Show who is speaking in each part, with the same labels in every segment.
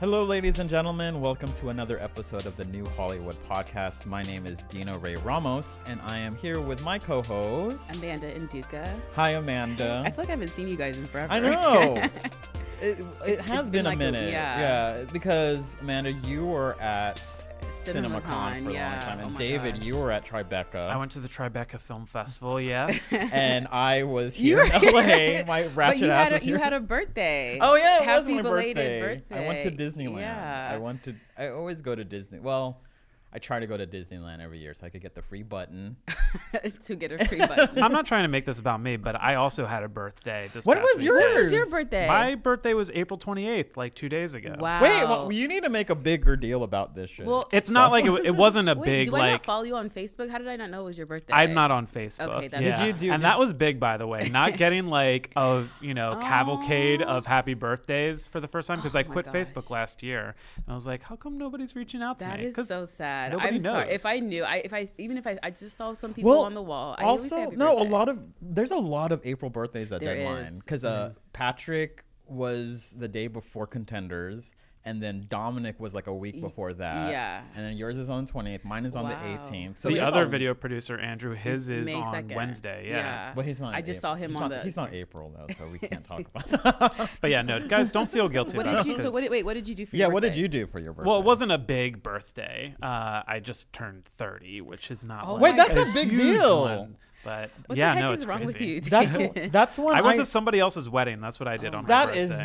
Speaker 1: Hello, ladies and gentlemen. Welcome to another episode of the New Hollywood Podcast. My name is Dino Ray Ramos, and I am here with my co host.
Speaker 2: Amanda and Duca.
Speaker 1: Hi, Amanda.
Speaker 2: I feel like I haven't seen you guys in forever.
Speaker 1: I know. it, it has been,
Speaker 2: it's been
Speaker 1: a
Speaker 2: like a-
Speaker 1: minute.
Speaker 2: yeah.
Speaker 1: because Amanda, you were at CinemaCon,
Speaker 2: CinemaCon,
Speaker 1: for a long
Speaker 2: yeah.
Speaker 1: time, and
Speaker 2: Oh my
Speaker 1: David,
Speaker 2: gosh.
Speaker 1: you were at Tribeca.
Speaker 3: I went to the Tribeca Film Festival, yes.
Speaker 1: and I was
Speaker 2: You
Speaker 1: here in
Speaker 2: were-
Speaker 1: LA. My
Speaker 2: But
Speaker 1: ratchet
Speaker 2: you
Speaker 1: ass
Speaker 2: had,
Speaker 1: was
Speaker 2: a, you
Speaker 1: here.
Speaker 2: had a birthday.
Speaker 1: Oh yeah, it
Speaker 2: Happy
Speaker 1: was my
Speaker 2: belated
Speaker 1: birthday.
Speaker 2: birthday.
Speaker 1: I went to Disneyland.
Speaker 2: Yeah.
Speaker 1: I went to. I always go to Disney. Well, I try to go to Disneyland every year so I could get the free button.
Speaker 2: to get a free button.
Speaker 3: I'm not trying to make this about me, but I also had a birthday this
Speaker 1: When
Speaker 3: past
Speaker 1: was
Speaker 3: weekend.
Speaker 2: What was your
Speaker 1: Yours.
Speaker 2: birthday?
Speaker 3: My birthday was April 28th, like two days ago.
Speaker 2: wow.
Speaker 1: Wait, well, you need to make a bigger deal about this shit.
Speaker 2: Well,
Speaker 3: It's not like it, it wasn't a
Speaker 2: Wait,
Speaker 3: big,
Speaker 2: do I
Speaker 3: like,
Speaker 2: not follow you on Facebook? How did I not know it was your birthday?
Speaker 3: I'm not on Facebook.
Speaker 2: Okay, that's
Speaker 3: yeah.
Speaker 1: Did you do-
Speaker 3: And
Speaker 1: did-
Speaker 3: that was big, by the way. Not getting like a you know cavalcade
Speaker 2: Oh.
Speaker 3: of happy birthdays for the first time because I quit Facebook last year. And I was like, how come nobody's reaching out to
Speaker 2: That
Speaker 3: me?
Speaker 2: is
Speaker 3: 'Cause
Speaker 2: so sad.
Speaker 3: Nobody
Speaker 2: I'm
Speaker 3: knows.
Speaker 2: sorry. If I knew, I if I even if I, I just saw some people on the wall. I always say
Speaker 1: also,
Speaker 2: happy
Speaker 1: no, a
Speaker 2: birthday.
Speaker 1: lot of there's a lot of April birthdays at
Speaker 2: There
Speaker 1: deadline
Speaker 2: is. Mm-hmm.
Speaker 1: because uh, Patrick was the day before contenders. And then Dominic was like a week before that.
Speaker 2: yeah.
Speaker 1: And then yours is on the 28th. Mine is on
Speaker 2: Wow.
Speaker 1: the 18th.
Speaker 3: the
Speaker 1: there's
Speaker 3: other
Speaker 1: a-
Speaker 3: video producer Andrew, his is
Speaker 2: May
Speaker 3: on
Speaker 2: 2nd.
Speaker 3: Wednesday.
Speaker 1: But he's not. in
Speaker 2: I just
Speaker 1: April.
Speaker 2: saw him
Speaker 1: He's
Speaker 2: on
Speaker 1: not-
Speaker 2: the.
Speaker 1: He's not April though, so we can't talk about that.
Speaker 3: But yeah, no, guys, don't feel guilty.
Speaker 2: What
Speaker 3: about
Speaker 2: did you?
Speaker 3: it,
Speaker 2: So
Speaker 3: 'cause-
Speaker 2: what? did- Wait, what did you do for?
Speaker 1: yeah,
Speaker 2: your
Speaker 1: what did
Speaker 2: birthday?
Speaker 1: you do for your birthday?
Speaker 3: Well, it wasn't a big birthday. Uh, I just turned 30, which is
Speaker 2: Oh
Speaker 3: not. like
Speaker 1: Wait, that's
Speaker 3: a
Speaker 1: a big
Speaker 3: huge
Speaker 1: deal.
Speaker 3: one, but
Speaker 2: What
Speaker 3: yeah,
Speaker 2: the heck
Speaker 3: no,
Speaker 2: is
Speaker 3: it's
Speaker 2: wrong with
Speaker 3: crazy.
Speaker 2: you? Oh,
Speaker 1: That's
Speaker 2: David?
Speaker 1: that's when
Speaker 3: I went to somebody else's wedding. That's what I did on my
Speaker 1: That
Speaker 3: birthday.
Speaker 1: is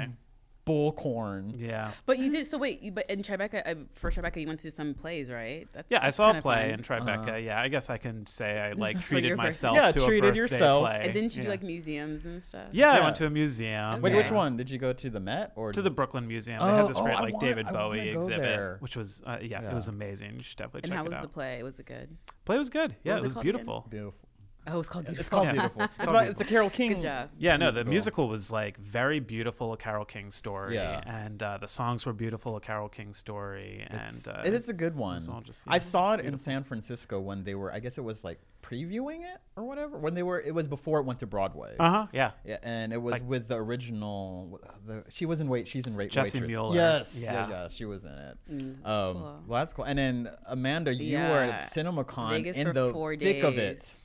Speaker 1: bullcorn.
Speaker 3: Yeah.
Speaker 2: But you did so. Wait, you, but in Tribeca, uh, for Tribeca, you went to some plays, right? That's,
Speaker 3: Yeah, I
Speaker 2: that's
Speaker 3: saw a
Speaker 2: kinda
Speaker 3: play
Speaker 2: fun. Uh-huh.
Speaker 3: in Tribeca. Yeah, I guess I can say I like
Speaker 2: your
Speaker 3: treated
Speaker 2: birthday.
Speaker 3: myself.
Speaker 1: Yeah,
Speaker 3: to a
Speaker 1: treated
Speaker 3: birthday
Speaker 1: yourself.
Speaker 3: Play.
Speaker 2: And didn't you
Speaker 3: yeah.
Speaker 2: do like museums and stuff?
Speaker 3: Yeah, I
Speaker 1: Yeah.
Speaker 3: went to a museum.
Speaker 1: Wait,
Speaker 3: yeah.
Speaker 1: which one? Did you go to the Met or
Speaker 3: To the Brooklyn Museum. They had
Speaker 1: Oh,
Speaker 3: this
Speaker 1: oh,
Speaker 3: great
Speaker 1: I
Speaker 3: like
Speaker 1: wanna-
Speaker 3: David
Speaker 1: I wanna
Speaker 3: Bowie
Speaker 1: go
Speaker 3: exhibit,
Speaker 1: there.
Speaker 3: which was uh, yeah, it was amazing. You should definitely
Speaker 2: And
Speaker 3: check
Speaker 2: how
Speaker 3: it
Speaker 2: was
Speaker 3: out.
Speaker 2: the play? Was it good?
Speaker 3: Play was good. Yeah,
Speaker 2: was it
Speaker 3: it was
Speaker 2: called again?
Speaker 3: beautiful.
Speaker 1: Beautiful.
Speaker 2: Oh, it's called.
Speaker 1: It's called Beautiful. it's, about, it's the Carol King.
Speaker 2: job.
Speaker 3: Yeah, no, the musical was like very beautiful, a Carol King story,
Speaker 1: Yeah.
Speaker 3: and uh, the songs were beautiful, a Carol King story,
Speaker 1: It's,
Speaker 3: and uh,
Speaker 1: it is a good one.
Speaker 3: all just,
Speaker 1: I
Speaker 3: yeah,
Speaker 1: saw it in San Francisco when they were, I guess it was like previewing it or whatever. When they were, it was before it went to Broadway.
Speaker 3: uh huh, yeah.
Speaker 1: Yeah, and it was with the original. The, she was in wait. She's in Rate
Speaker 3: Jessie
Speaker 1: Waitress.
Speaker 3: Mueller.
Speaker 1: Yes, yeah.
Speaker 3: Yeah.
Speaker 1: yeah, she was in it. um, Well, that's cool. And then Amanda, you were
Speaker 2: Mm, Yeah.
Speaker 1: at CinemaCon
Speaker 2: Vegas
Speaker 1: in
Speaker 2: for
Speaker 1: the
Speaker 2: four
Speaker 1: thick of it.
Speaker 2: days.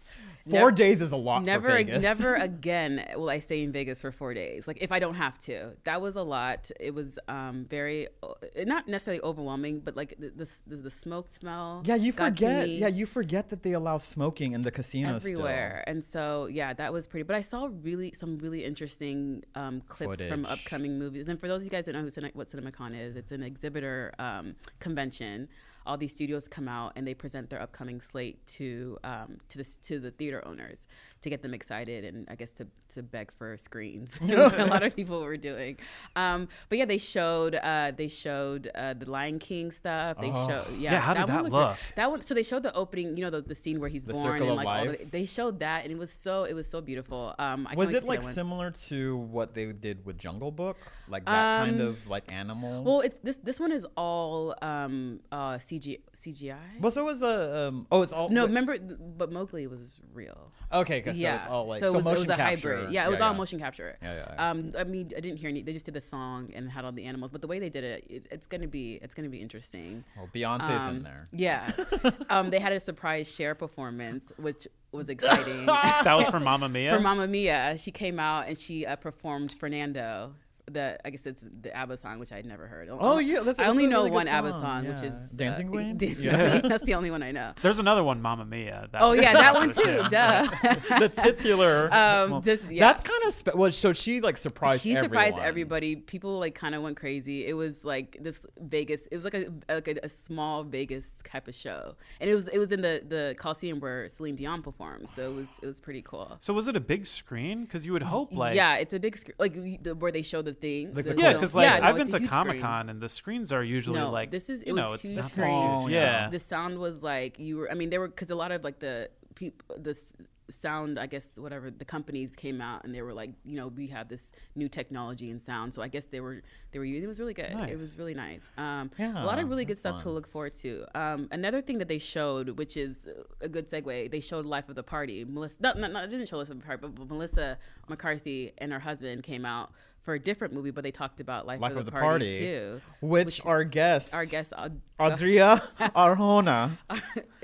Speaker 1: Four
Speaker 2: Never-
Speaker 1: days is a lot.
Speaker 2: Never,
Speaker 1: for
Speaker 2: ag-
Speaker 1: Vegas.
Speaker 2: never again will I stay in Vegas for four days. Like if I don't have to, that was a lot. It was um, very, uh, not necessarily overwhelming, but like the the, the, the smoke smell.
Speaker 1: Yeah, you
Speaker 2: got to
Speaker 1: forget.
Speaker 2: me.
Speaker 1: Yeah, you forget that they allow smoking in the casinos
Speaker 2: everywhere. And so, yeah, that was pretty. But I saw really some really interesting um, clips from
Speaker 1: Footage.
Speaker 2: upcoming movies. And for those of you guys that know who, Cine- what CinemaCon is, it's an exhibitor um, convention. All these studios come out and they present their upcoming slate to um, to the to the theater owners to get them excited and I guess to, to beg for screens. which a lot of people were doing. Um, but yeah, they showed uh, they showed uh, the Lion King stuff. They showed yeah.
Speaker 3: Oh. Yeah, how did that
Speaker 2: one looked re-
Speaker 3: look?
Speaker 2: That one. So they showed the opening. You know the, the scene where he's born
Speaker 1: circle
Speaker 2: and
Speaker 1: of
Speaker 2: like all the,
Speaker 1: life.
Speaker 2: they showed that and it was so it was so beautiful. Um, I
Speaker 1: Still.
Speaker 2: can't
Speaker 1: Was
Speaker 2: wait to
Speaker 1: it
Speaker 2: see
Speaker 1: like
Speaker 2: that one.
Speaker 1: similar to what they did with Jungle
Speaker 2: Um,
Speaker 1: Book, like that kind of like animal?
Speaker 2: Well, it's this this one is all um, uh, CGI. CG CGI.
Speaker 1: Well, so was the um. Oh, it's all
Speaker 2: no,
Speaker 1: wait,
Speaker 2: remember, but Mowgli was real.
Speaker 1: Okay, 'cause so
Speaker 2: yeah.
Speaker 1: it's all like
Speaker 2: so,
Speaker 1: so,
Speaker 2: it was,
Speaker 1: motion
Speaker 2: it was a
Speaker 1: capture.
Speaker 2: hybrid. Yeah, it was all motion capture.
Speaker 1: Yeah, yeah, yeah.
Speaker 2: Um, I mean, I didn't hear any. They just did the song and had all the animals, but the way they did it, it it's gonna be it's gonna be interesting.
Speaker 1: Well, Beyonce's in
Speaker 2: Um,
Speaker 1: there.
Speaker 2: Yeah. um, they had a surprise share performance, which was exciting.
Speaker 3: that was for Mamma Mia.
Speaker 2: For Mamma Mia, she came out and she uh, performed Fernando. The I guess it's the ABBA song, which I'd never heard.
Speaker 1: Oh, yeah, that's-
Speaker 2: I
Speaker 1: that's
Speaker 2: only
Speaker 1: a
Speaker 2: know
Speaker 1: really good
Speaker 2: one ABBA
Speaker 1: song,
Speaker 2: song, which
Speaker 1: yeah.
Speaker 2: is uh,
Speaker 1: Dancing Queen?
Speaker 2: Dancing
Speaker 1: Yeah.
Speaker 2: Queen. That's the only one I know.
Speaker 3: There's another one, Mamma Mia. That's
Speaker 2: Oh yeah, that one too. Duh.
Speaker 1: the titular.
Speaker 2: Um, just- yeah.
Speaker 1: That's kind of spe- well. So she like surprised.
Speaker 2: she surprised
Speaker 1: everyone.
Speaker 2: everybody. People like kind of went crazy. It was like this Vegas. It was like a like a, a small Vegas type of show, and it was it was in the the Coliseum where Celine Dion performed. So it was it was pretty cool.
Speaker 3: So was it a big screen? Because you would hope like
Speaker 2: yeah, it's a big screen, like we- the, where they show the thing.
Speaker 1: Like
Speaker 2: the
Speaker 1: the Cool.
Speaker 3: Yeah, because
Speaker 2: film.
Speaker 3: like
Speaker 2: Yeah, no,
Speaker 3: I've
Speaker 2: it's
Speaker 3: been
Speaker 2: a
Speaker 3: to
Speaker 2: huge
Speaker 3: Comic
Speaker 2: screen.
Speaker 3: Con and the screens are usually
Speaker 2: no,
Speaker 3: like
Speaker 2: this is it
Speaker 3: you know
Speaker 2: was
Speaker 3: it's
Speaker 2: huge
Speaker 3: not
Speaker 2: screen.
Speaker 1: small,
Speaker 3: Oh, yeah.
Speaker 2: the sound was like you were. I mean, there were because a lot of like the people the s- sound. I guess whatever the companies came out and they were like, you know, we have this new technology in sound. So I guess they were they were using. It was really good. It was
Speaker 3: Nice.
Speaker 2: really nice. Um,
Speaker 1: Yeah,
Speaker 2: a lot of really good
Speaker 1: that's
Speaker 2: stuff to
Speaker 1: fun.
Speaker 2: look forward to. Um, another thing that they showed, which is a good segue, they showed Life of the Party. Melissa, not, not, not, it didn't show Life of the Party, but, but Melissa McCarthy and her husband came out. For a different movie, but they talked about Life,
Speaker 1: Life
Speaker 2: of the, Party, too,
Speaker 1: which, our guest,
Speaker 2: our guest uh, Ad-
Speaker 1: Adria Arjona,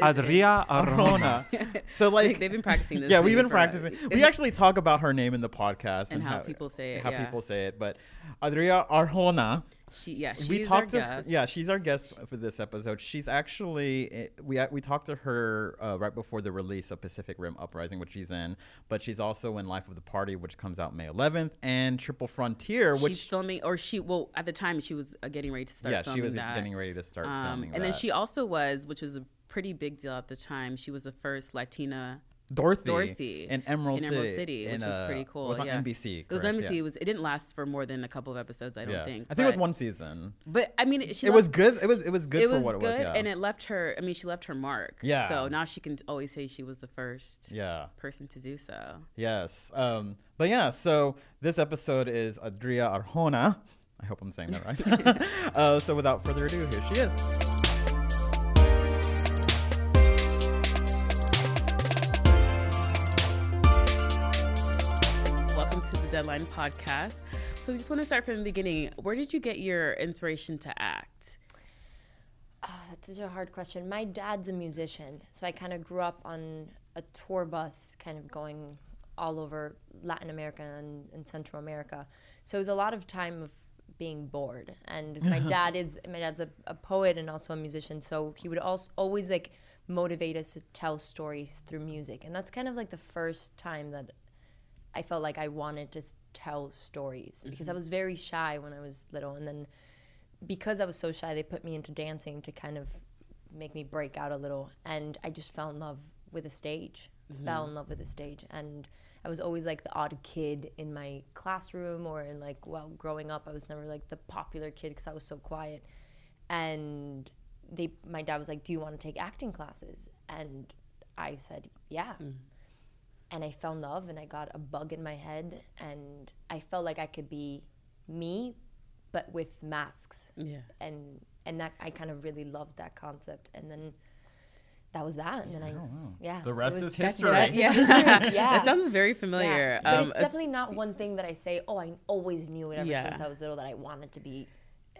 Speaker 3: Adria Arona.
Speaker 1: Arjona. so like
Speaker 2: they've been practicing this
Speaker 1: Yeah, we've
Speaker 2: name
Speaker 1: been
Speaker 2: for a-
Speaker 1: practicing. We actually talk about her name in the podcast
Speaker 2: And how people say it,
Speaker 1: How
Speaker 2: yeah.
Speaker 1: people say it, but Adria Arjona.
Speaker 2: She yeah, she's
Speaker 1: we talked to
Speaker 2: our
Speaker 1: her-
Speaker 2: guest.
Speaker 1: yeah, she's our guest for this episode. She's actually eh, we we talked to her uh, right before the release of Pacific Rim Uprising, which she's in, but she's also in Life of the Party, which comes out May 11th, and Triple Frontier, which
Speaker 2: she's filming or she well at the time she was uh, getting ready to start.
Speaker 1: yeah,
Speaker 2: filming
Speaker 1: she was
Speaker 2: that.
Speaker 1: getting ready to start
Speaker 2: Um,
Speaker 1: filming.
Speaker 2: and then
Speaker 1: that.
Speaker 2: she also was, which was a pretty big deal at the time. She was the first Latina.
Speaker 1: Dorothy,
Speaker 2: Dorothy
Speaker 1: in Emerald
Speaker 2: in Emerald
Speaker 1: City,
Speaker 2: City, which
Speaker 1: in,
Speaker 2: was
Speaker 1: uh,
Speaker 2: pretty cool.
Speaker 1: It was on
Speaker 2: yeah.
Speaker 1: NBC.
Speaker 2: It was
Speaker 1: correct?
Speaker 2: NBC.
Speaker 1: Yeah.
Speaker 2: It was. It didn't last for more than a couple of episodes. I don't
Speaker 1: Yeah.
Speaker 2: think.
Speaker 1: I think it was
Speaker 2: but-
Speaker 1: one season.
Speaker 2: But I mean, she
Speaker 1: It was
Speaker 2: left-
Speaker 1: good. It was it was good
Speaker 2: It
Speaker 1: for
Speaker 2: was
Speaker 1: what
Speaker 2: good,
Speaker 1: it was. Yeah.
Speaker 2: and it left her. I mean, she left her mark.
Speaker 1: Yeah.
Speaker 2: So now she can always say she was the first
Speaker 1: yeah.
Speaker 2: person to do so.
Speaker 1: Yes. Um, but yeah, so this episode is Adria Arjona. I hope I'm saying that right. uh, so without further ado, here she is.
Speaker 2: Welcome to the Deadline Podcast. So we just want to start from the beginning. Where did you get your inspiration to act?
Speaker 4: That's such a hard question. My dad's a musician, so I kind of grew up on a tour bus, kind of going all over Latin America and, and Central America. So it was a lot of time of being bored. And my dad is my dad's a, a poet and also a musician, so he would also always like motivate us to tell stories through music. And that's kind of like the first time that I felt like I wanted to s- tell stories because I was very shy when I was little, and then because I was so shy, they put me into dancing to kind of make me break out a little, and I just fell in love with the stage. Fell in love with the stage, and I was always like the odd kid in my classroom or in like while growing up. I was never like the popular kid because I was so quiet, and they my dad was like, "Do you want to take acting classes?" And I said, "Yeah."
Speaker 2: Hmm.
Speaker 4: and I fell in love and I got a bug in my head and I felt like I could be me but with masks.
Speaker 2: Yeah.
Speaker 4: And and that I kind of really loved that concept and then that was that and then I yeah.
Speaker 1: Oh, The
Speaker 4: it
Speaker 1: rest
Speaker 4: was-
Speaker 1: is
Speaker 4: that's the
Speaker 1: history.
Speaker 4: rest is
Speaker 2: Yeah.
Speaker 4: history. yeah.
Speaker 2: That sounds very
Speaker 4: Yeah.
Speaker 2: familiar.
Speaker 4: But
Speaker 2: Um,
Speaker 4: it's definitely not one thing that I say, oh, I always knew it ever
Speaker 2: Yeah.
Speaker 4: since I was little that I wanted to be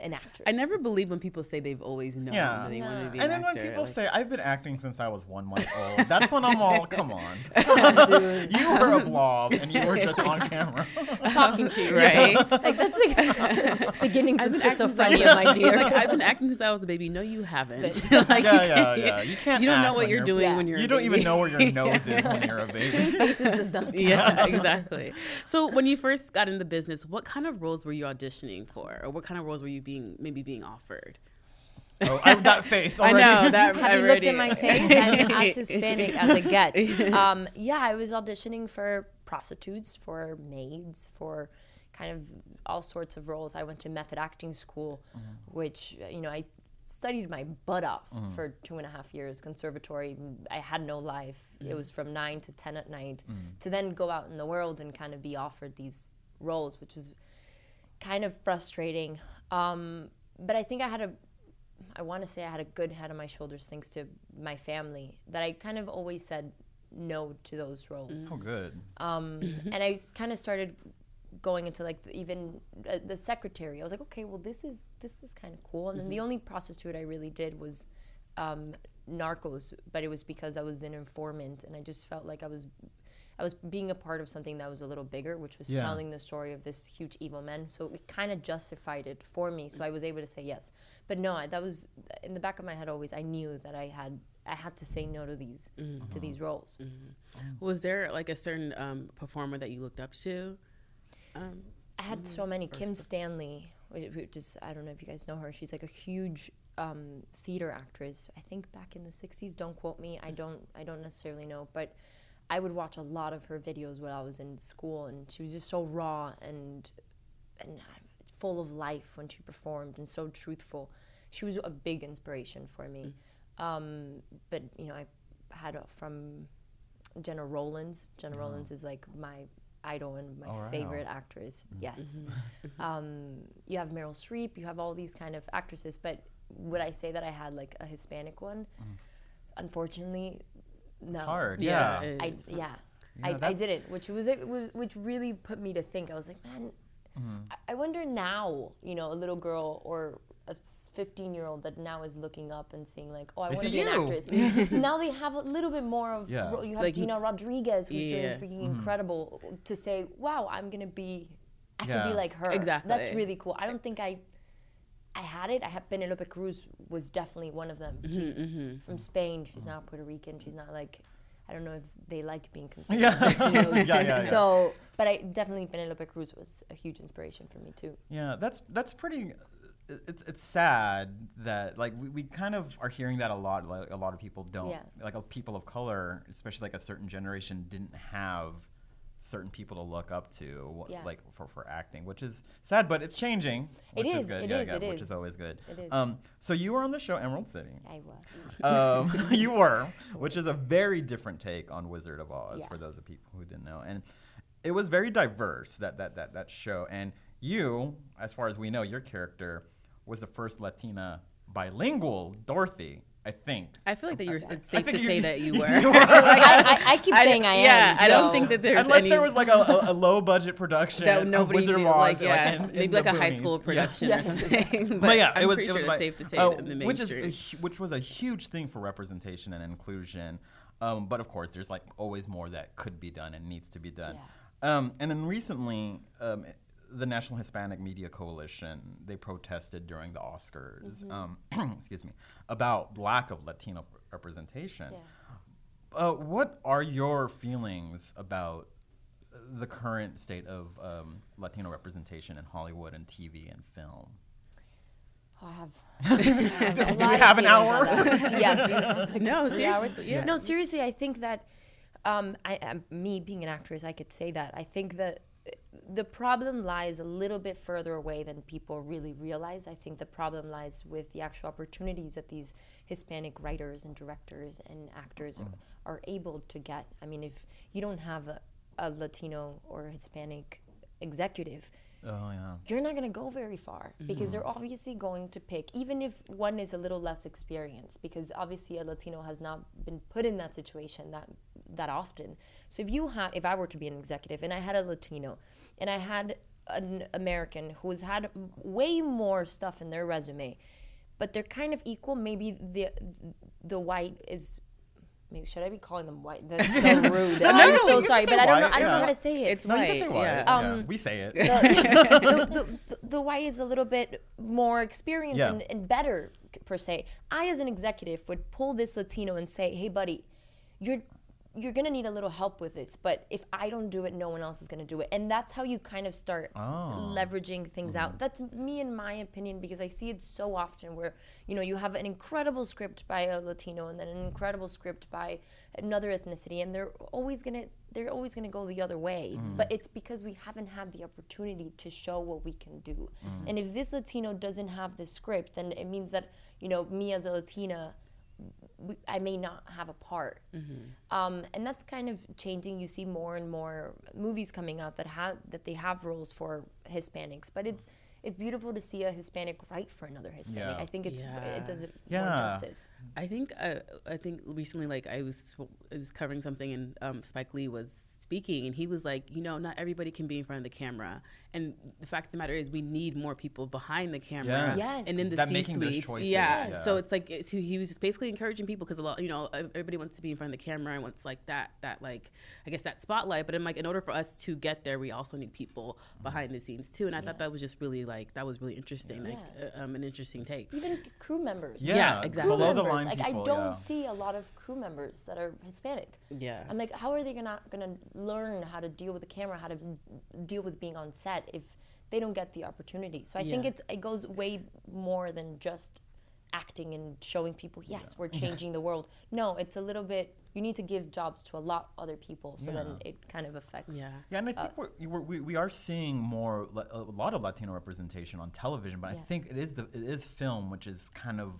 Speaker 4: an actress.
Speaker 2: I never believe when people say they've always known
Speaker 1: Yeah.
Speaker 2: that they
Speaker 1: No.
Speaker 2: wanted to be
Speaker 1: And
Speaker 2: an
Speaker 1: then when
Speaker 2: actor.
Speaker 1: people
Speaker 2: like-
Speaker 1: say, I've been acting since I was one month old, that's when I'm all, come on.
Speaker 4: Dude,
Speaker 1: You were a blob and you were just on camera.
Speaker 4: talking to you.
Speaker 2: right?
Speaker 4: Like that's like beginnings of
Speaker 2: I've been acting
Speaker 4: schizophrenia, my
Speaker 2: since I was-
Speaker 4: dear.
Speaker 2: like, I've been acting since I was a baby. No, you haven't.
Speaker 4: But-
Speaker 2: like,
Speaker 1: Yeah, yeah, yeah. You can't
Speaker 2: You don't know
Speaker 1: act
Speaker 2: what
Speaker 1: when
Speaker 2: you're
Speaker 1: you're-
Speaker 2: doing
Speaker 4: Yeah.
Speaker 2: when you're.
Speaker 1: You
Speaker 2: a
Speaker 1: don't even
Speaker 2: baby.
Speaker 1: know where your nose is when you're a baby.
Speaker 4: Faces does not count.
Speaker 2: Yeah, exactly. So when you first got into business, what kind of roles were you auditioning for, or what kind of roles were you being maybe being offered?
Speaker 1: Oh, I, that face already.
Speaker 2: I know that.
Speaker 4: Have
Speaker 2: I
Speaker 4: you looked
Speaker 2: already-
Speaker 4: at my face? I'm as Hispanic as it gets. Um, yeah, I was auditioning for prostitutes, for maids, for kind of all sorts of roles. I went to method acting school, which uh, you know I studied my butt off for two and a half years conservatory. I had no life. It was from nine to ten at night. To then go out in the world and kind of be offered these roles, which was kind of frustrating. Um, but I think I had a I want to say I had a good head on my shoulders thanks to my family that I kind of always said no to those roles.
Speaker 1: Oh, good.
Speaker 4: and I kind of started going into like the, even uh, the secretary. I was like, okay, well this is this is kind of cool. And then the only prostitute I really did was um, Narcos, but it was because I was an informant and I just felt like I was I was being a part of something that was a little bigger, which was
Speaker 1: Yeah.
Speaker 4: telling the story of this huge evil man. So it kind of justified it for me. So I was able to say yes. But no, I, that was in the back of my head always. I knew that I had I had to say no to these to these roles.
Speaker 2: Was there like a certain um, performer that you looked up to?
Speaker 4: I had so many. Kim Stanley, wh- who just I don't know if you guys know her. She's like a huge um, theater actress. I think back in the '60s. Don't quote me. I don't. I don't necessarily know, but I would watch a lot of her videos when I was in school, and she was just so raw and and uh, full of life when she performed, and so truthful. She was a big inspiration for me. Um, but you know, I had a- from Jenna Rollins. Jenna Rollins is like my idol and
Speaker 1: Oh,
Speaker 4: my favorite actress.
Speaker 1: Mm-hmm.
Speaker 4: Yes. um, you have Meryl Streep, you have all these kind of actresses, but would I say that I had like a Hispanic one? Unfortunately, no.
Speaker 1: Mm. It's hard.
Speaker 2: Um, Yeah,
Speaker 1: Yeah. uh,
Speaker 2: it-
Speaker 4: I,
Speaker 2: It's
Speaker 4: yeah. I, I didn't, which was it, was- which really put me to think. I was like, man,
Speaker 1: Mm-hmm.
Speaker 4: I- I wonder now, you know, a little girl or a 15 year old that now is looking up and seeing like, oh, I want
Speaker 1: see
Speaker 4: to be an
Speaker 1: you.
Speaker 4: actress. now they have a little bit more of
Speaker 1: Yeah. Mm-hmm.
Speaker 4: ro- you have
Speaker 2: Like,
Speaker 4: Gina Rodriguez who's
Speaker 2: yeah.
Speaker 4: doing freaking incredible to say, wow, I'm gonna be, I can be
Speaker 1: Yeah.
Speaker 4: like her. That's
Speaker 2: Exactly.
Speaker 4: really cool. I don't think I. I had it. I had Penelope Cruz was definitely one of them. She's from Spain. She's not Puerto Rican. She's not like I don't know if they like being considered. Latinos.
Speaker 1: Yeah, yeah, yeah.
Speaker 4: So, but I definitely Penelope Cruz was a huge inspiration for me too.
Speaker 1: Yeah, that's that's pretty. it- It's it's sad that like we, we kind of are hearing that a lot. Like a lot of people don't
Speaker 4: Yeah.
Speaker 1: like uh, people of color, especially like a certain generation, didn't have certain people to look up to, wh-
Speaker 4: Yeah.
Speaker 1: like for, for acting, which is sad, but it's changing. Which
Speaker 4: is,
Speaker 1: good.
Speaker 4: it
Speaker 1: yeah,
Speaker 4: is,
Speaker 1: yeah,
Speaker 4: it
Speaker 1: which
Speaker 4: is.
Speaker 1: is always good. It
Speaker 4: is.
Speaker 1: Um, so you were on the show Emerald City.
Speaker 4: I was.
Speaker 1: um, you were, which is a very different take on Wizard of Oz
Speaker 4: Yeah.
Speaker 1: for those of people who didn't know. And it was very diverse that that that that show. And you, as far as we know, your character was the first Latina bilingual Dorothy, I think.
Speaker 2: I feel like that you were. It's
Speaker 1: I
Speaker 2: safe
Speaker 1: think
Speaker 2: to
Speaker 1: you-
Speaker 2: say that you were.
Speaker 4: I, I, I keep
Speaker 2: I-
Speaker 4: saying I am.
Speaker 2: Yeah, I don't
Speaker 4: so-
Speaker 2: think that there's
Speaker 1: Unless
Speaker 2: any
Speaker 1: there was like a, a, a low budget production
Speaker 2: that
Speaker 1: of
Speaker 2: nobody
Speaker 1: Wizard of
Speaker 2: knew,
Speaker 1: Oz,
Speaker 2: like, yeah,
Speaker 1: in- in
Speaker 2: maybe
Speaker 1: the
Speaker 2: like a high
Speaker 1: boonies.
Speaker 2: school
Speaker 1: Yeah.
Speaker 2: production or something. But,
Speaker 1: But yeah,
Speaker 2: I'm
Speaker 1: it was.
Speaker 2: pretty
Speaker 1: it
Speaker 2: sure
Speaker 1: was
Speaker 2: it's
Speaker 1: like-
Speaker 2: safe to say
Speaker 1: oh,
Speaker 2: that in the
Speaker 1: which is
Speaker 2: mainstream.
Speaker 1: a hu- which was a huge thing for representation and inclusion. Um, but of course, there's like always more that could be done and needs to be done. Um, and then recently, um, the National Hispanic Media Coalition they protested during the Oscars. Um, excuse me, about lack of Latino representation. Uh, what are your feelings about the current state of um, Latino representation in Hollywood and TV and film?
Speaker 4: Oh, I have. do
Speaker 1: we have an hour?
Speaker 4: yeah. Do you have like
Speaker 2: No,
Speaker 4: three
Speaker 2: seriously,
Speaker 4: hours? No, seriously. I think that um, I, am me being an actress, I could say that. I think that uh, the problem lies a little bit further away than people really realize. I think the problem lies with the actual opportunities that these Hispanic writers and directors and actors are able to get. I mean, if you don't have a, a Latino or Hispanic executive,
Speaker 1: Oh yeah. Mm-hmm.
Speaker 4: you're not going to go very far because they're obviously going to pick, even if one is a little less experienced, because obviously a Latino has not been put in that situation that that often. So if you have, if I were to be an executive and I had a Latino, and I had an American who's had m- way more stuff in their resume, but they're kind of equal. Maybe the the white is. Maybe should I be calling them white? That's so rude. I'm
Speaker 1: no,
Speaker 4: so
Speaker 1: you can
Speaker 4: sorry,
Speaker 1: say
Speaker 4: but I don't know.
Speaker 1: white,
Speaker 4: I don't know
Speaker 1: yeah.
Speaker 4: how to say it Um,
Speaker 2: it's
Speaker 1: No, you
Speaker 2: white.
Speaker 1: can say white.
Speaker 2: yeah.
Speaker 1: Yeah, we say it.
Speaker 4: the, the, the, the Y is a little bit more experienced
Speaker 1: Yeah.
Speaker 4: and, and better per se. I, as an executive, would pull this Latino and say, "Hey, buddy, you're you're gonna need a little help with this, but if I don't do it, no one else is gonna do it." And that's how you kind of start leveraging things out. That's me, in my opinion, because I see it so often where you know you have an incredible script by a Latino and then an incredible script by another ethnicity, and they're always gonna they're always going to go the other way but it's because we haven't had the opportunity to show what we can do and if this latino doesn't have this script then it means that you know me as a latina we, i may not have a part um, and that's kind of changing you see more and more movies coming out that have that they have roles for hispanics but it's it's beautiful to see a Hispanic write for another Hispanic.
Speaker 1: Yeah.
Speaker 4: I think it's
Speaker 2: Yeah.
Speaker 4: it does it more
Speaker 1: Yeah.
Speaker 4: justice.
Speaker 2: I think uh, I think recently, like I was I was covering something, and um, Spike Lee was speaking, and he was like, you know, not everybody can be in front of the camera, and the fact of the matter is, we need more people behind the camera,
Speaker 1: Yes. Yes.
Speaker 2: and in the
Speaker 1: That making
Speaker 2: C-suite,
Speaker 1: those choices,
Speaker 2: yeah.
Speaker 1: yeah.
Speaker 2: So it's like it's, he was just basically encouraging people because a lot, you know, everybody wants to be in front of the camera and wants like that that like I guess that spotlight, but I'm like, in order for us to get there, we also need people
Speaker 1: Mm-hmm.
Speaker 2: behind the scenes too, and I thought that was just really like that was really interesting, like uh, um, an interesting take.
Speaker 4: Even c- crew members.
Speaker 1: Yeah,
Speaker 2: Yeah,
Speaker 4: Crew
Speaker 2: exactly.
Speaker 1: Below the
Speaker 4: members.
Speaker 1: line
Speaker 4: like
Speaker 1: people.
Speaker 4: I don't
Speaker 1: yeah.
Speaker 4: see a lot of crew members that are Hispanic.
Speaker 2: Yeah.
Speaker 4: I'm like, how are they gonna gonna learn how to deal with the camera, how to deal with being on set if they don't get the opportunity? So I think
Speaker 2: Yeah.
Speaker 4: it's it goes way more than just acting and showing people, yes, we're changing the world. No, it's a little bit. You need to give jobs to a lot other people, so then it kind of affects.
Speaker 2: Yeah.
Speaker 1: Yeah, and I think we're, you- we're, we we are seeing more la- a lot of Latino representation on television, but I think it is the it is film, which is kind of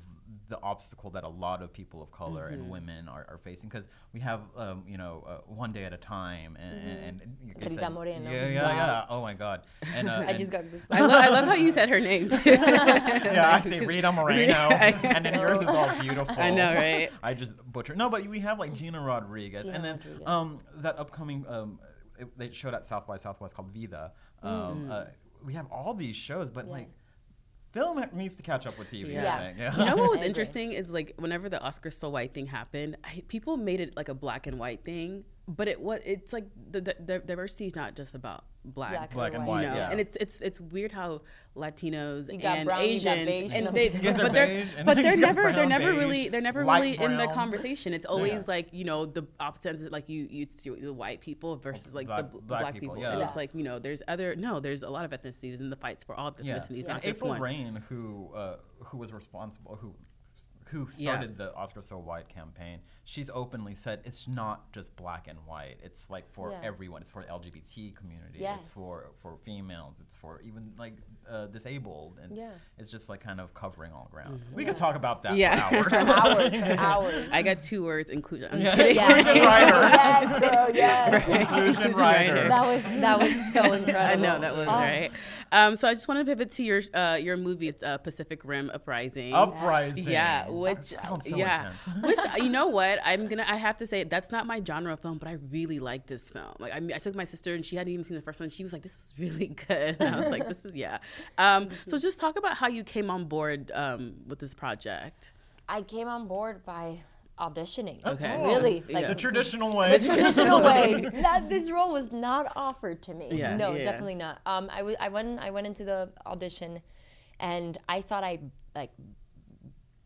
Speaker 1: the obstacle that a lot of people of color
Speaker 4: Mm-hmm.
Speaker 1: and women are, are facing because we have um, you know uh, one day at a time and, and, and you
Speaker 4: Mm-hmm. Rita
Speaker 1: said-
Speaker 4: Moreno.
Speaker 1: yeah yeah yeah oh my god and uh,
Speaker 4: I just got goosebumps.
Speaker 2: I, lo- I love how you said her name too.
Speaker 1: yeah I say Rita Moreno and then yours is all beautiful
Speaker 2: I know, right?
Speaker 1: I just butchered. No, but we have like Gina Rodriguez,
Speaker 4: Gina
Speaker 1: and then
Speaker 4: Rodriguez.
Speaker 1: um, that upcoming um, it, they showed at South by Southwest called Vida.
Speaker 2: Mm.
Speaker 1: Um, uh, we have all these shows, but like film ha- needs to catch up with TV.
Speaker 4: Yeah.
Speaker 1: I think. yeah.
Speaker 2: You know what was
Speaker 4: agree.
Speaker 2: interesting is like whenever the Oscar so white thing happened, I, people made it like a black and white thing, but it was it's like the, the, the diversity is not just about black.
Speaker 4: Black and
Speaker 1: Black and
Speaker 4: white.
Speaker 1: white,
Speaker 2: you know?
Speaker 1: yeah.
Speaker 2: And it's it's it's weird how Latinos
Speaker 4: got
Speaker 2: and
Speaker 4: brown, you got
Speaker 2: Asians
Speaker 4: beige, you
Speaker 2: and
Speaker 4: got
Speaker 2: they,
Speaker 4: brown.
Speaker 1: You guys are
Speaker 2: but they're
Speaker 1: beige, and
Speaker 2: but
Speaker 1: then
Speaker 2: they're
Speaker 1: you got
Speaker 2: never they're
Speaker 1: brown,
Speaker 2: never
Speaker 1: beige,
Speaker 2: really they're never
Speaker 1: light
Speaker 2: really in the
Speaker 1: brown.
Speaker 2: conversation. It's always
Speaker 1: Yeah.
Speaker 2: like you know the opposite is like you you it's the white people versus like
Speaker 1: Black-
Speaker 2: the bl-
Speaker 1: black
Speaker 2: black,
Speaker 1: people,
Speaker 2: people,
Speaker 1: yeah.
Speaker 2: and
Speaker 1: Yeah.
Speaker 2: it's like you know there's other no there's a lot of ethnicities in the fights for all the
Speaker 1: Yeah.
Speaker 2: ethnicities,
Speaker 1: And
Speaker 2: not just
Speaker 1: April
Speaker 2: one.
Speaker 1: Rain, who uh, who was responsible, who who
Speaker 2: Yeah.
Speaker 1: started the Oscar So White campaign, she's openly said it's not just black and white. It's like for
Speaker 4: Yeah.
Speaker 1: everyone. It's for the LGBT community. It's
Speaker 4: Yes.
Speaker 1: for for females. It's for even like uh, disabled. And
Speaker 4: Yeah.
Speaker 1: it's just like kind of covering all ground. We could talk about that
Speaker 2: Yeah. Um,
Speaker 1: for hours.
Speaker 4: hours, for hours.
Speaker 2: I got two words inclusion. I'm just
Speaker 1: Yeah.
Speaker 2: kidding.
Speaker 1: Inclusion writer.
Speaker 4: yes, girl, yes.
Speaker 1: Inclusion
Speaker 2: Inclusion
Speaker 1: writer.
Speaker 2: writer.
Speaker 4: That was that was Oh. so incredible.
Speaker 2: I know that was right. Um, so I just want to pivot to your uh, your movie, it's, uh, Pacific Rim Uprising.
Speaker 1: Uprising.
Speaker 2: Yeah,
Speaker 1: That
Speaker 2: which
Speaker 1: sounds so
Speaker 2: yeah,
Speaker 1: intense.
Speaker 2: which you know what? I'm gonna I have to say that's not my genre of film, but I really like this film. Like I, mean, I took my sister and she hadn't even seen the first one. She was like, "This was really good." And I was like, "This is yeah." Um,
Speaker 1: Mm-hmm.
Speaker 2: so just talk about how you came on board um, with this project.
Speaker 4: I came on board by auditioning.
Speaker 2: Okay.
Speaker 4: Really?
Speaker 2: Yeah.
Speaker 4: Like
Speaker 1: The traditional way.
Speaker 4: traditional way. That, this role was not offered to me.
Speaker 2: Yeah,
Speaker 4: no,
Speaker 2: yeah, yeah.
Speaker 4: definitely not. Um, I, w- I went I went into the audition, and I thought I like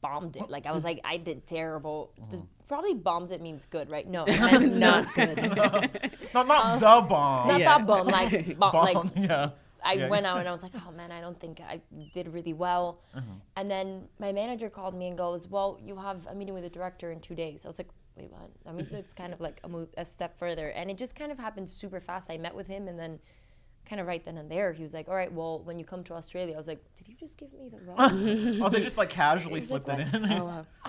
Speaker 4: bombed it. Like I was like I did terrible. Does, probably bombs it means good, right? No, it meant not good.
Speaker 1: no, not the bomb.
Speaker 4: Not that bomb. Like bomb.
Speaker 1: bomb.
Speaker 4: Like
Speaker 1: yeah.
Speaker 4: I
Speaker 1: Yeah.
Speaker 4: went out and I was like, oh man, I don't think I did really well. And then my manager called me and goes, well, you have a meeting with the director in two days. I was like, wait, what? That means it's kind of like a, move, a step further. And it just kind of happened super fast. I met with him and then kind of right then and there, he was like, all right, well, when you come to Australia, I was like, did you just give me the wrong?
Speaker 1: Oh, they just like casually slipped it in.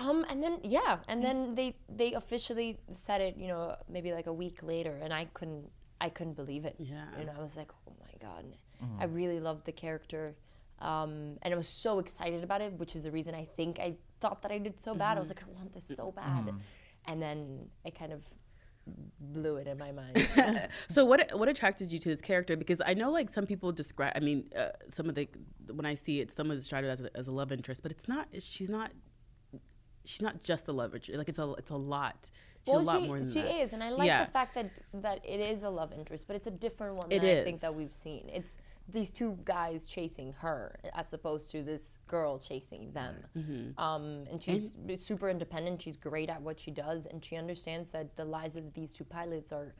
Speaker 4: um, and then, yeah. And then they, they officially said it, you know, maybe like a week later and I couldn't, I couldn't believe it.
Speaker 2: Yeah.
Speaker 4: You know, I was like, oh my God. I really loved the character. Um, and I was so excited about it, which is the reason I think I thought that I did so bad. I was like, I want this so bad. And then I kind of blew it in my mind.
Speaker 2: So what what attracted you to this character? Because I know like some people describe. I mean, uh, some of the when I see it, some is described it as a, as a love interest, but it's not. She's not. She's not just a love interest. Like it's a it's a lot. She's a lot
Speaker 4: she,
Speaker 2: more than
Speaker 4: she
Speaker 2: that.
Speaker 4: is, and I like
Speaker 2: Yeah.
Speaker 4: the fact that that it is a love interest, but it's a different one
Speaker 2: It
Speaker 4: than I think
Speaker 2: is.
Speaker 4: that we've seen. It's these two guys chasing her as opposed to this girl chasing them.
Speaker 2: Mm-hmm.
Speaker 4: Um, and she's super independent. She's great at what she does, and she understands that the lives of these two pilots are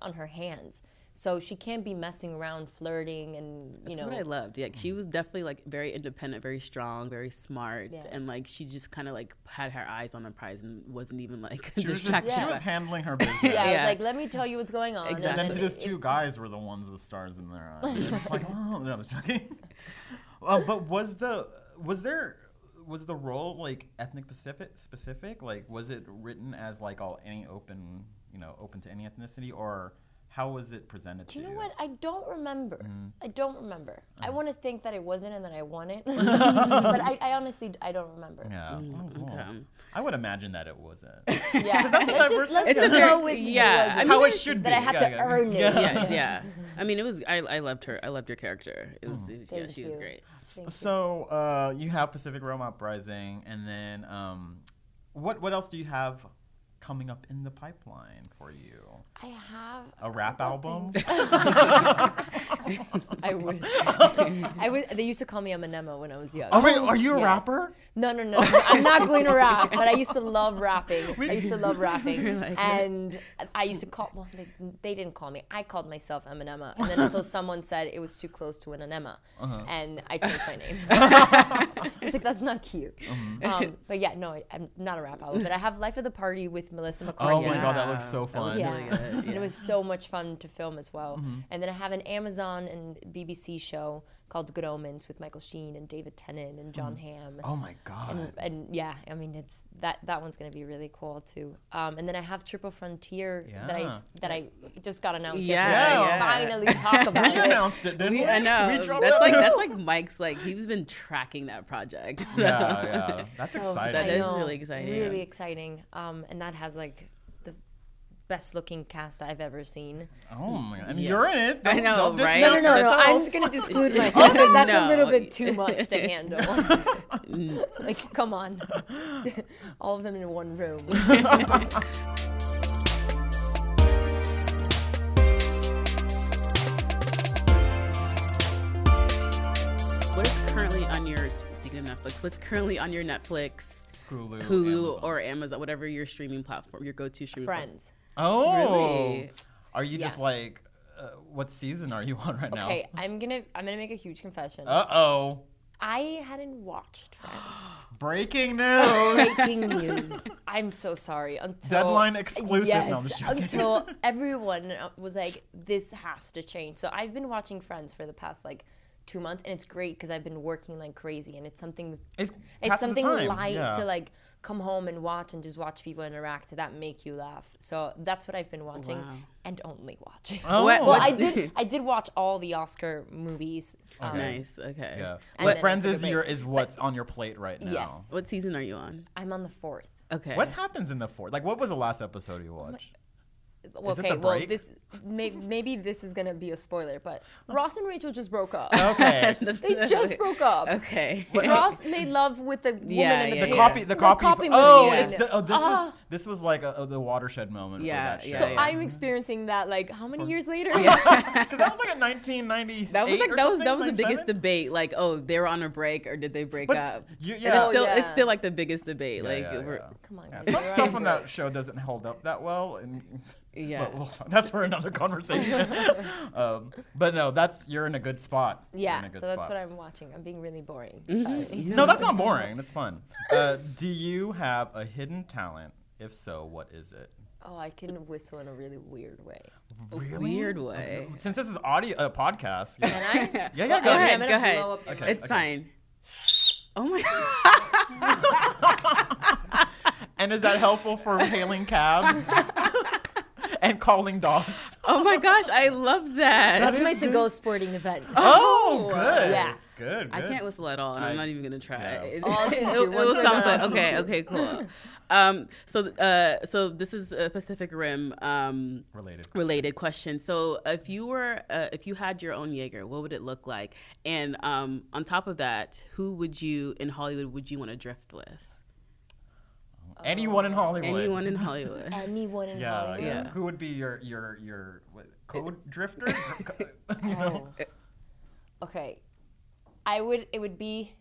Speaker 4: on her hands. So she can't be messing around, flirting, and you
Speaker 2: That's
Speaker 4: know.
Speaker 2: what I loved. Yeah, she was definitely like very independent, very strong, very smart,
Speaker 4: Yeah.
Speaker 2: and like she just kind of like had her eyes on the prize and wasn't even like
Speaker 1: She was, just,
Speaker 2: distracted.
Speaker 1: she
Speaker 2: by-
Speaker 1: was handling her business.
Speaker 4: yeah, I was
Speaker 2: Yeah.
Speaker 4: like, let me tell you what's going on.
Speaker 2: Exactly.
Speaker 1: And then
Speaker 2: And
Speaker 1: these
Speaker 4: it-
Speaker 1: two guys were the ones with stars in their eyes. It was like, oh, no, I was joking. Uh, but was the was there was the role like ethnic specific specific? Like, was it written as like all any open you know open to any ethnicity, or How was it presented
Speaker 4: Do
Speaker 1: to
Speaker 4: you
Speaker 1: you? Mm-hmm.
Speaker 4: know what? I don't remember. I don't remember. I want to think that I wasn't and that I won it, but I, I honestly I don't remember.
Speaker 1: Yeah.
Speaker 4: Mm,
Speaker 1: Oh, cool. I would imagine that it wasn't.
Speaker 4: Yeah, let's
Speaker 1: I
Speaker 4: just,
Speaker 1: first-
Speaker 4: let's
Speaker 1: It's
Speaker 4: just
Speaker 1: a very-
Speaker 4: go with
Speaker 2: yeah,
Speaker 4: yeah.
Speaker 2: I mean,
Speaker 1: Mm-hmm. How it should be.
Speaker 4: that I had
Speaker 1: Yeah,
Speaker 4: to
Speaker 1: yeah.
Speaker 4: earn it.
Speaker 2: yeah, yeah. I mean, it was. I, I loved her. I loved your character. It was.
Speaker 1: Mm-hmm.
Speaker 2: it- yeah,
Speaker 4: Thank
Speaker 2: she was
Speaker 4: you.
Speaker 2: great.
Speaker 1: So uh, you have Pacific Rome Uprising, and then um, what what else do you have coming up in the pipeline for you?
Speaker 4: I have.
Speaker 1: A rap album?
Speaker 4: I wish. I was. They used to call me Eminema when I was young.
Speaker 1: Oh, wait, are you a
Speaker 4: Yes.
Speaker 1: rapper?
Speaker 4: No, no, no. no, I'm not going to rap, but I used to love rapping. I used to love rapping, and I used to call. Well, they, they didn't call me. I called myself Eminema, and then until someone said it was too close to an enema, and I changed my name. It's like that's not cute. Um, but yeah, no, I, I'm not a rap album, but I have Life of the Party with Melissa McCarthy.
Speaker 1: Oh my god, that looks so fun.
Speaker 4: Yeah. And it was so much fun to film as well. And then I have an Amazon and BBC show called Good Omens with Michael Sheen and David Tennant and John Hamm.
Speaker 1: Oh my god.
Speaker 4: And, and yeah, I mean it's that that one's gonna be really cool too. Um, and then I have Triple Frontier that I s- that I just got announced.
Speaker 2: Yeah,
Speaker 4: yesterday, so I
Speaker 2: yeah.
Speaker 4: can Finally talk about
Speaker 1: We
Speaker 4: it.
Speaker 1: announced it, didn't we?
Speaker 2: I know.
Speaker 1: We dropped
Speaker 2: that's
Speaker 1: it.
Speaker 2: like that's like Mike's. Like he's been tracking that project.
Speaker 1: yeah, yeah. That's exciting.
Speaker 2: that
Speaker 4: Oh, I
Speaker 2: is
Speaker 4: know,
Speaker 2: really exciting.
Speaker 4: Really exciting. Um, and that has like the best looking cast I've ever seen.
Speaker 1: oh my god. And you're in it. Don't,
Speaker 2: know,
Speaker 1: don't
Speaker 2: right?
Speaker 1: dismiss
Speaker 4: No, no, no.
Speaker 1: yourself.
Speaker 4: I'm gonna disclude myself. 'cause that's a little
Speaker 2: No.
Speaker 4: bit too much to handle. like, come on, all of them in one room.
Speaker 2: What is currently on your speaking of Netflix? What's currently on your Netflix,
Speaker 1: Hulu,
Speaker 2: Hulu,
Speaker 1: Amazon.
Speaker 2: or Amazon, whatever your streaming platform, your go-to streaming
Speaker 4: Friends.
Speaker 1: Oh.
Speaker 2: Really?
Speaker 1: Are you just like uh, what season are you on right now?
Speaker 4: Okay, I'm gonna I'm gonna make a huge confession.
Speaker 1: Oh. Uh-oh.
Speaker 4: I hadn't watched Friends.
Speaker 1: Breaking news.
Speaker 4: Breaking news. I'm so sorry. Until
Speaker 1: Deadline exclusive. No,
Speaker 4: Yes,
Speaker 1: I'm just joking.
Speaker 4: until everyone was like, "This has to change." So I've been watching Friends for the past like two months, and it's great because I've been working like crazy, and it's something.
Speaker 1: It
Speaker 4: it's
Speaker 1: passes the
Speaker 4: something
Speaker 1: time,
Speaker 4: light
Speaker 1: yeah.
Speaker 4: to like come home and watch and just watch people interact that make you laugh. So that's what I've been watching and only watching.
Speaker 1: Oh.
Speaker 2: What-
Speaker 4: well,
Speaker 2: what-
Speaker 4: I did. I did watch all the Oscar movies. Um,
Speaker 2: Nice. Okay.
Speaker 1: Yeah.
Speaker 2: And
Speaker 1: But
Speaker 2: then-
Speaker 1: Friends is your is what's on your plate right now.
Speaker 4: Yes.
Speaker 2: What season are you on?
Speaker 4: I'm on the fourth.
Speaker 2: Okay.
Speaker 1: What happens in the fourth? Like, what was the last episode you watched?
Speaker 4: Well,
Speaker 1: Is it
Speaker 4: okay,
Speaker 1: the
Speaker 4: well,
Speaker 1: break?
Speaker 4: this may, maybe this is gonna be a spoiler, but
Speaker 1: Oh.
Speaker 4: Ross and Rachel just broke up.
Speaker 1: Okay.
Speaker 4: They just broke up.
Speaker 2: Okay.
Speaker 4: Ross made love with a woman
Speaker 2: Yeah,
Speaker 4: in the
Speaker 2: yeah,
Speaker 1: the
Speaker 4: beginning.
Speaker 2: yeah.
Speaker 1: copy, the copy. oh,
Speaker 4: machine.
Speaker 1: it's the, oh, this
Speaker 4: Ah.
Speaker 1: is this was like a, the watershed moment.
Speaker 2: Yeah,
Speaker 1: for that
Speaker 2: yeah,
Speaker 1: show.
Speaker 4: so
Speaker 2: yeah.
Speaker 4: I'm experiencing that like how many years later?
Speaker 1: Because that was like a 1990.
Speaker 2: That was like that was that was the biggest debate. Like, oh, they were on a break or did they break
Speaker 1: But
Speaker 2: up?
Speaker 1: you-
Speaker 2: And
Speaker 1: yeah.
Speaker 2: it's still
Speaker 4: Oh,
Speaker 2: it's
Speaker 4: yeah.
Speaker 2: still like the biggest debate. like,
Speaker 1: yeah,
Speaker 2: we're,
Speaker 1: yeah.
Speaker 4: Come on, guys.
Speaker 1: Some
Speaker 4: you're
Speaker 1: stuff
Speaker 4: on
Speaker 1: on
Speaker 4: break.
Speaker 1: that show doesn't hold up that well, and
Speaker 2: Yeah.
Speaker 1: but we'll talk- that's for another conversation. um, but no, that's you're in a good spot. You're
Speaker 4: Yeah,
Speaker 1: in a good
Speaker 4: so that's
Speaker 1: spot.
Speaker 4: what I'm watching. I'm being really boring.
Speaker 2: Mm-hmm.
Speaker 4: Sorry.
Speaker 1: No, that's not boring. That's fun. Uh, do you have a hidden talent? If so, what is it?
Speaker 4: Oh, I can whistle in a really weird way.
Speaker 2: weird way.
Speaker 1: Since this is audio a podcast, yeah,
Speaker 4: And I,
Speaker 1: yeah, yeah,
Speaker 4: Okay,
Speaker 1: go ahead.
Speaker 4: I'm gonna
Speaker 2: go
Speaker 4: blow
Speaker 2: ahead.
Speaker 4: up your
Speaker 1: Okay.
Speaker 2: It's fine. Oh my
Speaker 1: And is that helpful for hailing cabs and calling dogs?
Speaker 2: Oh my gosh, I love that.
Speaker 4: That's my to-go sporting event.
Speaker 1: Oh, good.
Speaker 4: Yeah.
Speaker 1: Good. good.
Speaker 2: I can't whistle at all, and I, am not even gonna try.
Speaker 1: yeah.
Speaker 2: It,
Speaker 4: I'll teach you.
Speaker 2: it'll-
Speaker 4: Once
Speaker 2: it'll
Speaker 4: we're
Speaker 2: sound
Speaker 4: done,
Speaker 2: good.
Speaker 4: I'll teach
Speaker 2: Okay,
Speaker 4: you.
Speaker 2: okay, cool. um, so, uh, so this is a Pacific Rim um,
Speaker 1: Related.
Speaker 2: related question. So, if you were, uh, if you had your own Jaeger, what would it look like? And um, on top of that, who would you in Hollywood would you want to drift with?
Speaker 1: Anyone in Hollywood?
Speaker 2: Anyone in Hollywood?
Speaker 4: Anyone Uh, in
Speaker 1: Yeah,
Speaker 4: Hollywood?
Speaker 1: yeah. Who would be your your your what, code drifter? You know?
Speaker 4: Okay. I would it would be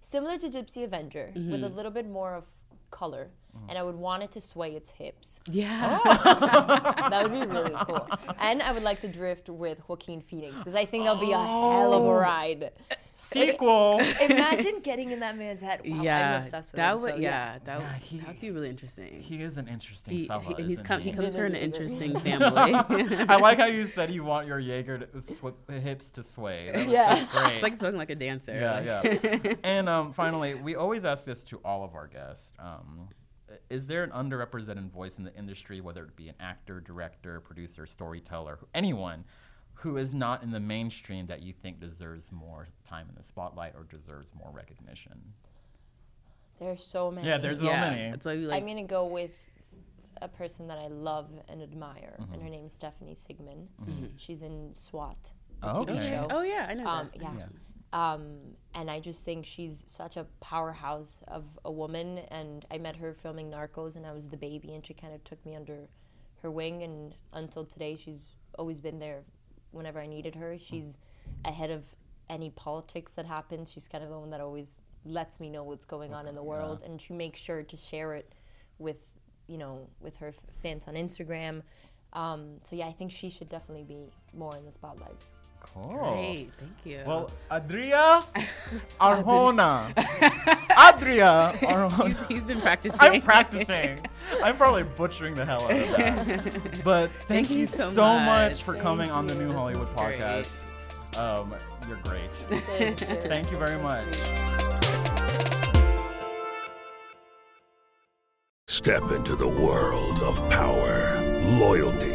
Speaker 4: similar to Gypsy Avenger with a little bit more of color
Speaker 1: Mm.
Speaker 4: and I would want it to sway its hips.
Speaker 2: yeah.
Speaker 4: Oh, That would be really cool. And I would like to drift with Joaquin Phoenix because I think that'll be a hell of a ride.
Speaker 1: Sequel.
Speaker 4: Imagine getting in that man's head. Wow,
Speaker 2: yeah,
Speaker 4: I'm obsessed with
Speaker 2: that
Speaker 4: him,
Speaker 2: would
Speaker 4: so
Speaker 2: yeah, that would
Speaker 1: he-
Speaker 2: that'd be really interesting.
Speaker 1: He is an interesting
Speaker 2: He,
Speaker 1: fella.
Speaker 2: he- and he's
Speaker 1: isn't
Speaker 2: come, he
Speaker 1: he?
Speaker 2: comes from an interesting family.
Speaker 1: I like how you said you want your Jaeger to sw- hips to sway. That was-
Speaker 4: Yeah.
Speaker 1: that's great.
Speaker 2: It's like smoking like a dancer.
Speaker 1: Yeah,
Speaker 2: like-
Speaker 1: yeah. and um, finally, we always ask this to all of our guests. Um, is there an underrepresented voice in the industry, whether it be an actor, director, producer, storyteller, anyone who is not in the mainstream that you think deserves more time in the spotlight or deserves more recognition?
Speaker 4: There's so many.
Speaker 1: Yeah, there's so many.
Speaker 2: It's like, like
Speaker 4: I'm gonna go with a person that I love and admire,
Speaker 1: Mm-hmm.
Speaker 4: and her name's Stephanie Sigmund. She's in SWAT, the
Speaker 1: Oh,
Speaker 4: TV
Speaker 1: okay.
Speaker 4: show.
Speaker 2: oh yeah, I know
Speaker 4: Um,
Speaker 2: that.
Speaker 4: yeah. Um, and I just think she's such a powerhouse of a woman. And I met her filming Narcos, and I was the baby, and she kind of took me under her wing. And until today, she's always been there whenever I needed her. She's ahead of any politics that happens. She's kind of the one that always lets me know what's going on in the world, and she makes sure to share it with you know with her f- fans on Instagram. Um, so yeah, I think she should definitely be more in the spotlight.
Speaker 1: Cool.
Speaker 2: Great, thank you.
Speaker 1: Well, Adria Arjona. Adria
Speaker 2: he's,
Speaker 1: Arjona.
Speaker 2: he's been practicing.
Speaker 1: I'm practicing. I'm probably butchering the hell out of that. But thank, you so, much. for coming on the New Hollywood
Speaker 2: great.
Speaker 1: podcast. Um, you're great. thank you very much.
Speaker 5: Step into the world of power, loyalty,